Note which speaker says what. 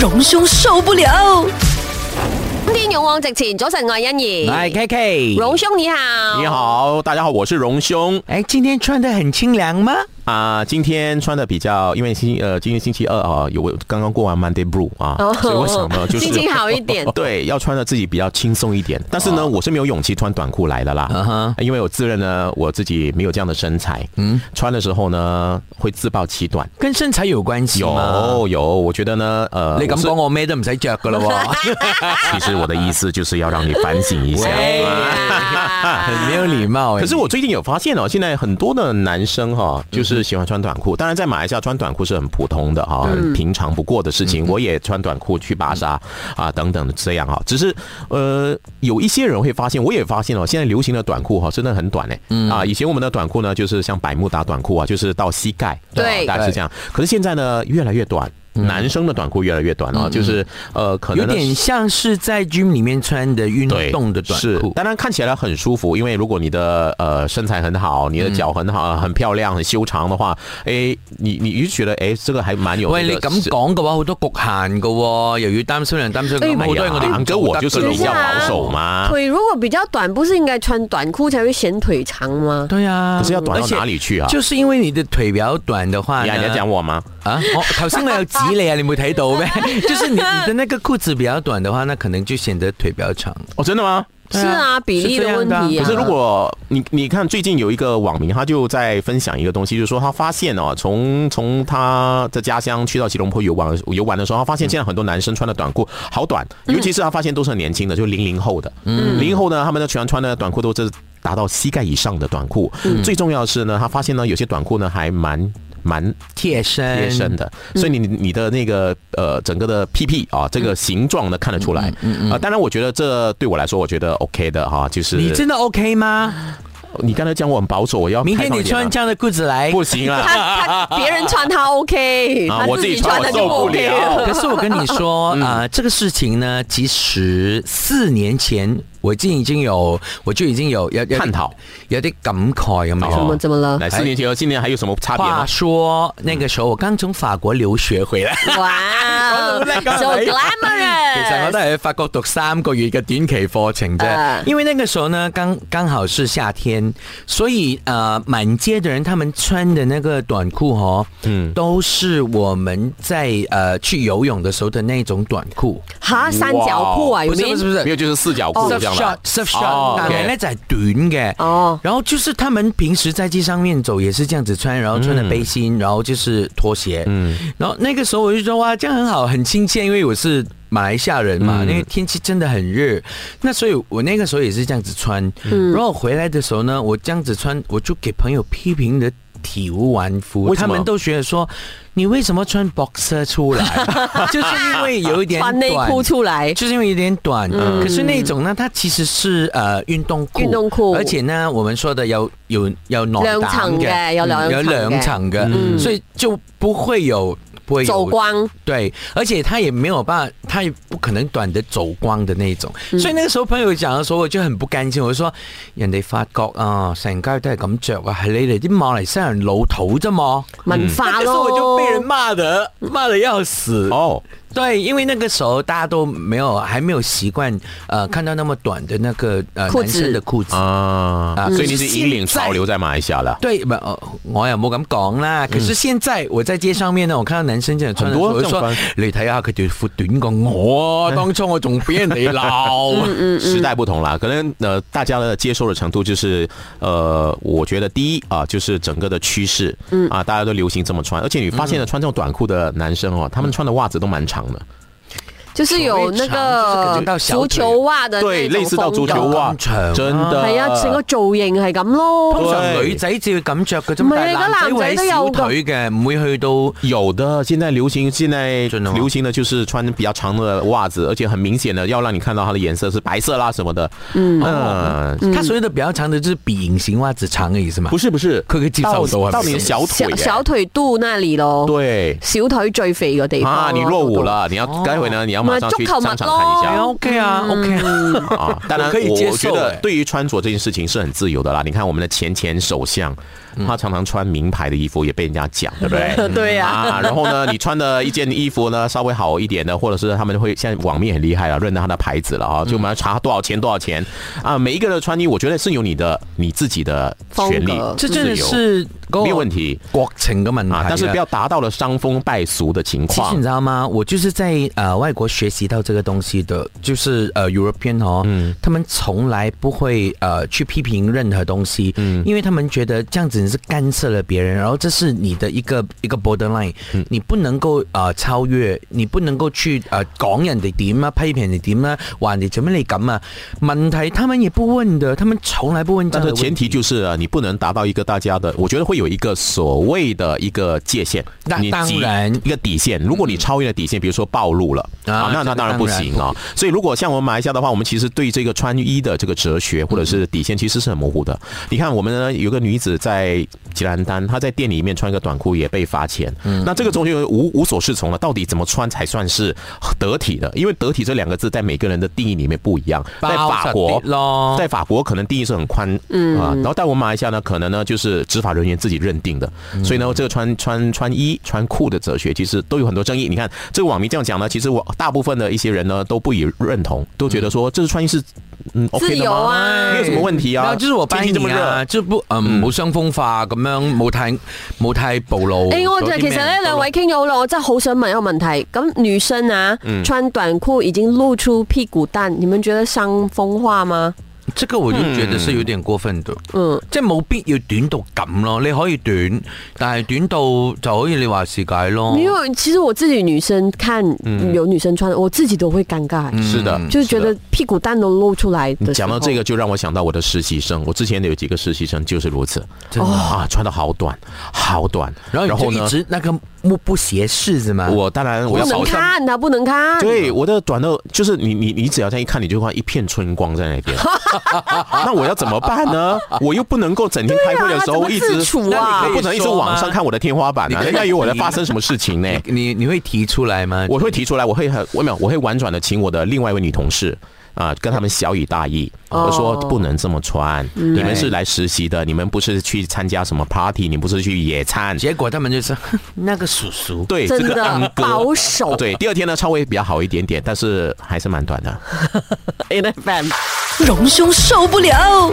Speaker 1: 隆胸受不了。
Speaker 2: 天勇往直前，早晨我係欣怡，
Speaker 3: 来，K K，
Speaker 2: 荣兄你好，
Speaker 4: 你，好，大家好，我是荣兄
Speaker 3: 哎，今天穿的很清凉吗？
Speaker 4: 啊、今天穿的比较，因为星呃，今天星期二啊，有我刚刚过完 Monday Blue 啊，
Speaker 2: 哦
Speaker 4: 所以我想呢，就是。
Speaker 2: 心情好一 点
Speaker 4: 对，要穿的自己比较轻松一点。但是呢，我是没有勇气穿短裤来的啦
Speaker 3: 嗯哼
Speaker 4: 因为我自认呢，我自己没有这样的身材，嗯，穿的时候呢会自暴其短。
Speaker 3: 跟身材有关系吗？
Speaker 4: 有有，我觉得呢，呃，
Speaker 3: 你
Speaker 4: 我
Speaker 3: 咁
Speaker 4: 是
Speaker 3: 讲，我咩都唔使着噶啦 喎，
Speaker 4: 其实我的意思就是要让你反省一下。
Speaker 3: 喂啊
Speaker 2: 啊
Speaker 3: 很没有礼貌哎。
Speaker 4: 可是我最近有发现哦，现在很多的男生哈、就是喜欢穿短裤。当然，在马来西亚穿短裤是很普通的哈、很平常不过的事情。我也穿短裤去巴沙啊等等的这样哈、只是呃，有一些人会发现，我也发现哦，现在流行的短裤哈、真的很短嘞、啊，以前我们的短裤呢，就是像百慕达短裤啊，就是到膝盖，啊
Speaker 2: 对
Speaker 4: 大概是这样。可是现在呢，越来越短。男生的短裤越来越短了、就是呃，可
Speaker 3: 有
Speaker 4: 能呢
Speaker 3: 点像是在 gym 里面穿的运
Speaker 4: 对，
Speaker 3: 动的短
Speaker 4: 是
Speaker 3: 裤，
Speaker 4: 当然看起来很舒服，因为如果你的呃身材很好，你的脚很好、很漂亮、很修长的话，哎，你你就觉得哎，这个还蛮有、那
Speaker 3: 喂，你
Speaker 4: 个
Speaker 3: 咁
Speaker 4: 是
Speaker 3: 講嘅話，好多局限噶，又要擔心人擔心
Speaker 2: 哎
Speaker 3: 咁，好多人
Speaker 4: 哎呀
Speaker 3: 我哋唔
Speaker 4: 行咗
Speaker 3: 做
Speaker 4: 我
Speaker 3: 得
Speaker 4: 就是
Speaker 3: 㗎
Speaker 4: 比較
Speaker 3: 咯
Speaker 4: 保守嘛
Speaker 2: 腿如果比较短，不是应该穿短裤才会显腿长吗？
Speaker 3: 对啊，
Speaker 4: 可是要短到
Speaker 3: 而且
Speaker 4: 哪里去啊？
Speaker 3: 就是因為你的腿比較短的話
Speaker 4: 你
Speaker 3: 呢，
Speaker 4: 还在讲我吗？
Speaker 3: 啊！我头先我有指你啊，你冇睇到咩？就是你你的那个裤子比较短的话，那可能就显得腿比较长。
Speaker 4: 哦，真的吗？
Speaker 2: 是啊，比例
Speaker 3: 是这
Speaker 2: 的
Speaker 3: 样
Speaker 2: 问
Speaker 3: 的啊
Speaker 2: 题啊。
Speaker 4: 可是如果你你看最近有一个网民，他就在分享一个东西，就是说他发现哦，从从他的家乡去到吉隆坡游玩游玩的时候，他发现现在很多男生穿的短裤好短，尤其是他发现都是很年轻的，就零零后的，零零后呢，他们的全穿的短裤都是达到膝盖以上的短裤。最重要的是呢，他发现呢，有些短裤呢还蛮蛮
Speaker 3: 贴身，
Speaker 4: 贴身的，所以你你的那个呃整个的屁屁啊，这个形状呢看得出来。啊，当然我觉得这对我来说，我觉得 OK 的哈，就是
Speaker 3: 你真的 OK
Speaker 4: 啊
Speaker 3: 吗？
Speaker 4: 你刚才讲我很保守，我要
Speaker 3: 明
Speaker 4: 开
Speaker 3: 天
Speaker 4: 放
Speaker 3: 你
Speaker 4: 一点啊
Speaker 3: 穿这样的裤子来。
Speaker 4: 不行啊！
Speaker 2: 他他别人穿他 OK，
Speaker 4: 啊
Speaker 2: 他
Speaker 4: 我
Speaker 2: 自
Speaker 4: 自己
Speaker 2: 己
Speaker 4: 穿
Speaker 2: 穿他
Speaker 4: 我
Speaker 2: 就不
Speaker 4: 受不
Speaker 2: OK
Speaker 4: 了嗯
Speaker 2: 了。
Speaker 3: 可是我跟你 说啊、呃这个事情呢，其实四年前我就已经有，我就已经有有有
Speaker 4: 探讨，
Speaker 3: 有啲感慨咁
Speaker 2: 怎
Speaker 3: 样。
Speaker 2: 么怎么 了？
Speaker 4: 来，哎四年前和今年还有什么差别
Speaker 3: 话
Speaker 4: 吗？
Speaker 3: 说那个时候我刚从法国留學回來。
Speaker 2: 哇
Speaker 3: 講到叻咁
Speaker 2: ，so
Speaker 3: 係咪其實我
Speaker 2: glamorous！
Speaker 3: 都係喺法國讀三個月嘅短期課程啫，
Speaker 2: 啊
Speaker 3: 因為那個時候呢，剛剛好是夏天，所以呃，滿街的人他們穿的那個短褲哦，嗯，都是我們在呃去游泳的時候的那種短褲，
Speaker 2: 哈，三角裤啊，有
Speaker 3: 不是
Speaker 2: 没
Speaker 3: 不是不是
Speaker 4: 没有，就是四角裤
Speaker 3: surf
Speaker 4: 这样的
Speaker 3: shot。surf
Speaker 4: 哦
Speaker 3: shot，但
Speaker 4: OK
Speaker 3: 係咧就係短嘅。
Speaker 2: 哦，
Speaker 3: 然后就是他们平时在街上面走也是这样子穿，然后穿的背心，然后就是拖鞋。嗯，然后那个时候我就说哇，这样很好，很亲切，因为我是马来西亚人嘛，那个天气真的很热，那所以我那个时候也是这样子穿。然后回来的时候呢，我这样子穿，我就给朋友批评的。体无完肤，
Speaker 4: 为什
Speaker 3: 他
Speaker 4: 么
Speaker 3: 们都觉得说，你为什么穿 boxer 出 来？就是因为有一点
Speaker 2: 穿内
Speaker 3: 短嗯
Speaker 2: 裤出来，
Speaker 3: 就是因为有点短，可是那种呢，它其实是呃运动裤，
Speaker 2: 运动裤
Speaker 3: 而且呢，我们说的有有有暖
Speaker 2: 两层嘅有两层嘅
Speaker 3: 有两层嘅，
Speaker 4: 嗯
Speaker 3: 所以就不会有不会
Speaker 2: 走
Speaker 3: 有嗯
Speaker 2: 光。
Speaker 3: 对，而且它也没有办法，它也不可能短的走光的那种，
Speaker 2: 嗯
Speaker 3: 所以那个时候朋友讲的时候，我就很不甘心，我就说人哋法國啊，成街都係咁着啊，係你哋啲馬來西亞人老土啫嘛，
Speaker 2: 文化
Speaker 3: 那個時候
Speaker 2: 咯。
Speaker 3: 我就被人罵的罵的要死
Speaker 4: 哦，
Speaker 3: 对，因为那个时候大家都没有还没有习惯，呃，看到那么短的那个呃
Speaker 2: 裤
Speaker 3: 男
Speaker 2: 子
Speaker 3: 生的裤子。
Speaker 4: 啊
Speaker 3: 啊，
Speaker 4: 所以你是引领
Speaker 3: 现在
Speaker 4: 潮流在马来西亚了。
Speaker 3: 对，不，呃我又冇咁講啦。可是現在我在街上面呢，我看到男生真係穿得
Speaker 4: 嗯很多
Speaker 3: 我就
Speaker 4: 這
Speaker 3: 說
Speaker 4: 樣穿
Speaker 3: 你睇下佢條褲短過我，當初我仲俾人哋
Speaker 4: 嗯
Speaker 3: 鬧。
Speaker 4: 时代不同啦，可能呃大家的接受的程度就是呃，我觉得第一啊、就是整个的趋势，嗯啊，大家都流行这么穿，而且你发现了穿这种短裤的男生哦，他们穿的袜子都蛮长的，
Speaker 2: 就是有那
Speaker 3: 所谓长就是可能
Speaker 2: 个
Speaker 3: 到小
Speaker 2: 足
Speaker 3: 腿
Speaker 2: 球袜的
Speaker 4: 嗯对，类似到足球袜
Speaker 3: 咁长，
Speaker 4: 真的，
Speaker 2: 系啊，成个造型系咁
Speaker 3: 通
Speaker 2: 咯。
Speaker 3: 常女仔至會咁着嘅啫嘛，
Speaker 2: 唔係而
Speaker 3: 但係
Speaker 4: 啊
Speaker 2: 家
Speaker 3: 男仔
Speaker 2: 男
Speaker 3: 會
Speaker 2: 仔都
Speaker 3: 喺
Speaker 2: 有
Speaker 3: 小
Speaker 2: 㗎
Speaker 3: 腿嘅，唔會去到。
Speaker 4: 有的，现在流行，现在
Speaker 3: 真的吗
Speaker 4: 流行的就是穿比较长的袜子，而且很明显的要让你看到它的颜色是白色啦什么的。嗯
Speaker 3: 他所谓的比較長的，就是比隱形襪子長嘅意思嘛
Speaker 4: 不。是不是，
Speaker 3: 佢嘅接受度係咪
Speaker 4: 到到你的小腿
Speaker 2: 小
Speaker 4: 耶、
Speaker 2: 小腿肚那里咯，
Speaker 4: 对
Speaker 2: 小腿最肥嘅地方咯。
Speaker 4: 啊，你落伍
Speaker 2: 都
Speaker 4: 了，你要待会呢，你要要马上去商场看一
Speaker 3: 哎
Speaker 4: 下。
Speaker 3: ，OK 啊，OK 啊，
Speaker 4: 啊，当然
Speaker 3: 我可以接
Speaker 4: 我，我
Speaker 3: 受
Speaker 4: 觉得
Speaker 3: 哎
Speaker 4: 对于穿着这件事情是很自由的啦。你看我们的前前首相，他常常穿名牌的衣服，也被人家讲，对不对？
Speaker 2: 对呀、
Speaker 4: 啊，然后呢，你穿的一件衣服呢稍微好一点的，或者是他们会现在网面很厉害了，认得他的牌子了啊，就我们要查多少钱多少钱啊。每一个人的穿衣，我觉得是有你的你自己的权利
Speaker 2: 风格，
Speaker 3: 这真的
Speaker 4: 自由
Speaker 3: 是
Speaker 4: 没有问题
Speaker 3: 国情嘅問題
Speaker 4: 啊，但是不
Speaker 3: 啊
Speaker 4: 要达到了伤风败俗的情
Speaker 3: 其实
Speaker 4: 况
Speaker 3: 你。知道吗？我就是在呃外国学习到这个东西的，就是呃 European 哦，
Speaker 4: 嗯
Speaker 3: 他们从来不会呃去批评任何东西，
Speaker 4: 嗯
Speaker 3: 因为他们觉得这样子你是干涉了别人，然后这是你的一个一个 borderline，、你
Speaker 4: 嗯
Speaker 3: 不能够呃超越，你不能够去呃讲人哋點啊，批評人哋點啊，話人哋做咩你咁啊？問題他們也不問的，他們從來不問這
Speaker 4: 但
Speaker 3: 樣
Speaker 4: 是
Speaker 3: 的
Speaker 4: 前
Speaker 3: 問題。
Speaker 4: 提就是啊，你不能达到一个大家的，我觉得会有一个所谓的一个界限，
Speaker 3: 那
Speaker 4: 你
Speaker 3: 当
Speaker 4: 及
Speaker 3: 然嗯
Speaker 4: 一个底线。如果你超越了底线，比如说暴露了
Speaker 3: 啊
Speaker 4: 啊，
Speaker 3: 这
Speaker 4: 那那
Speaker 3: 个
Speaker 4: 当然
Speaker 3: 当
Speaker 4: 不
Speaker 3: 然
Speaker 4: 行
Speaker 3: 不
Speaker 4: 啊。所以如果像我们马来西亚的话，我们其实对这个穿衣的这个哲学或者是底线其实是很模糊的。你看，我们呢有个女子在吉兰丹，她在店里面穿一个短裤也被罚钱，
Speaker 3: 嗯
Speaker 4: 那这个东西无无所适从了，到底怎么穿才算是得体的？因为得体这两个字在每个人的定义里面不一样，在
Speaker 3: 包
Speaker 4: 法
Speaker 3: 實
Speaker 4: 国
Speaker 3: 啲
Speaker 2: 哦
Speaker 3: 咯
Speaker 4: 在法国可能定义是很宽，
Speaker 2: 嗯
Speaker 4: 啊，然后在我们马来西亚呢，可能呢就是执法人员自己认定的，
Speaker 2: 嗯
Speaker 4: 所以呢，这个穿穿穿衣穿裤的哲学其实都有很多争议。你看这个网民这样讲呢，其实我大部分的一些人呢都不以认同，都觉得说这是穿衣是嗯 OK 的
Speaker 2: 由
Speaker 4: 吗？
Speaker 2: 啊
Speaker 4: 没有什么问题啊，
Speaker 3: 啊，就是我班
Speaker 4: 天气这么
Speaker 3: 你啊，
Speaker 4: 热。
Speaker 3: 即係不嗯冇傷風化咁樣，冇太冇太暴露。
Speaker 4: 哦
Speaker 2: 诶、哎我就
Speaker 3: 嗰啲
Speaker 2: 其實
Speaker 3: 咩
Speaker 4: 啊
Speaker 2: 咧兩位傾咗好耐，我真係好想問一個問題。咁女生啊，
Speaker 4: 嗯
Speaker 2: 穿短褲已經露出屁股蛋，你們覺得傷風化嗎？
Speaker 3: 这個我就覺得是有點過分的，
Speaker 2: 嗯，
Speaker 3: 即係冇必要短到咁咯。你可以短，但係短到就可以你話是解
Speaker 4: 哦
Speaker 3: 咯。
Speaker 2: 因為其實我自己女生看有女生穿，我自己都會尷尬，
Speaker 3: 嗯
Speaker 4: 是的，
Speaker 2: 就是覺
Speaker 4: 嗯是的
Speaker 2: 得屁股蛋都露出来的。
Speaker 4: 讲到这个，，就让我想到我的实习生。我之前有几个实习生就是如此，
Speaker 3: 真的
Speaker 4: 啊，穿的好短，好短。
Speaker 3: 然
Speaker 4: 然
Speaker 3: 後
Speaker 4: 后
Speaker 3: 你就
Speaker 4: 呢
Speaker 3: 一，直啊那個目不斜視是嘛？
Speaker 4: 我当然我
Speaker 2: 不
Speaker 4: 要
Speaker 2: 能
Speaker 4: 保证
Speaker 2: 看，啊他不能看。
Speaker 4: 对，我的短到就是你你你只要这样一看，你就会看一片春光在那边。 那我要怎么办呢？我又不能够整天开会的时候、
Speaker 2: 对啊
Speaker 4: 一
Speaker 2: 怎么
Speaker 4: 直
Speaker 2: 自处啊
Speaker 4: 那你可以不能一直往上看我的天花板啊，
Speaker 3: 你可以
Speaker 4: 人家以为我在发生什么事情 呢？
Speaker 3: 你你你會提出來嗎？
Speaker 4: 我会提出来，我会很我没有，我会婉转的请我的另外一位女同事。啊，跟他们小以大义，
Speaker 2: 哦嗯
Speaker 4: 我说不能这么穿，你们是来实习的，你们不是去参加什么 party，你们不是去野餐，
Speaker 3: 結果他們就是 那個叔叔。
Speaker 4: 对，
Speaker 2: 真
Speaker 4: 这个安
Speaker 2: 的
Speaker 4: 哥
Speaker 2: 保守。
Speaker 4: 对，第二天呢稍微比较好一点点，但是还是蛮短的。
Speaker 2: ，A F M。
Speaker 1: 隆兄受不了。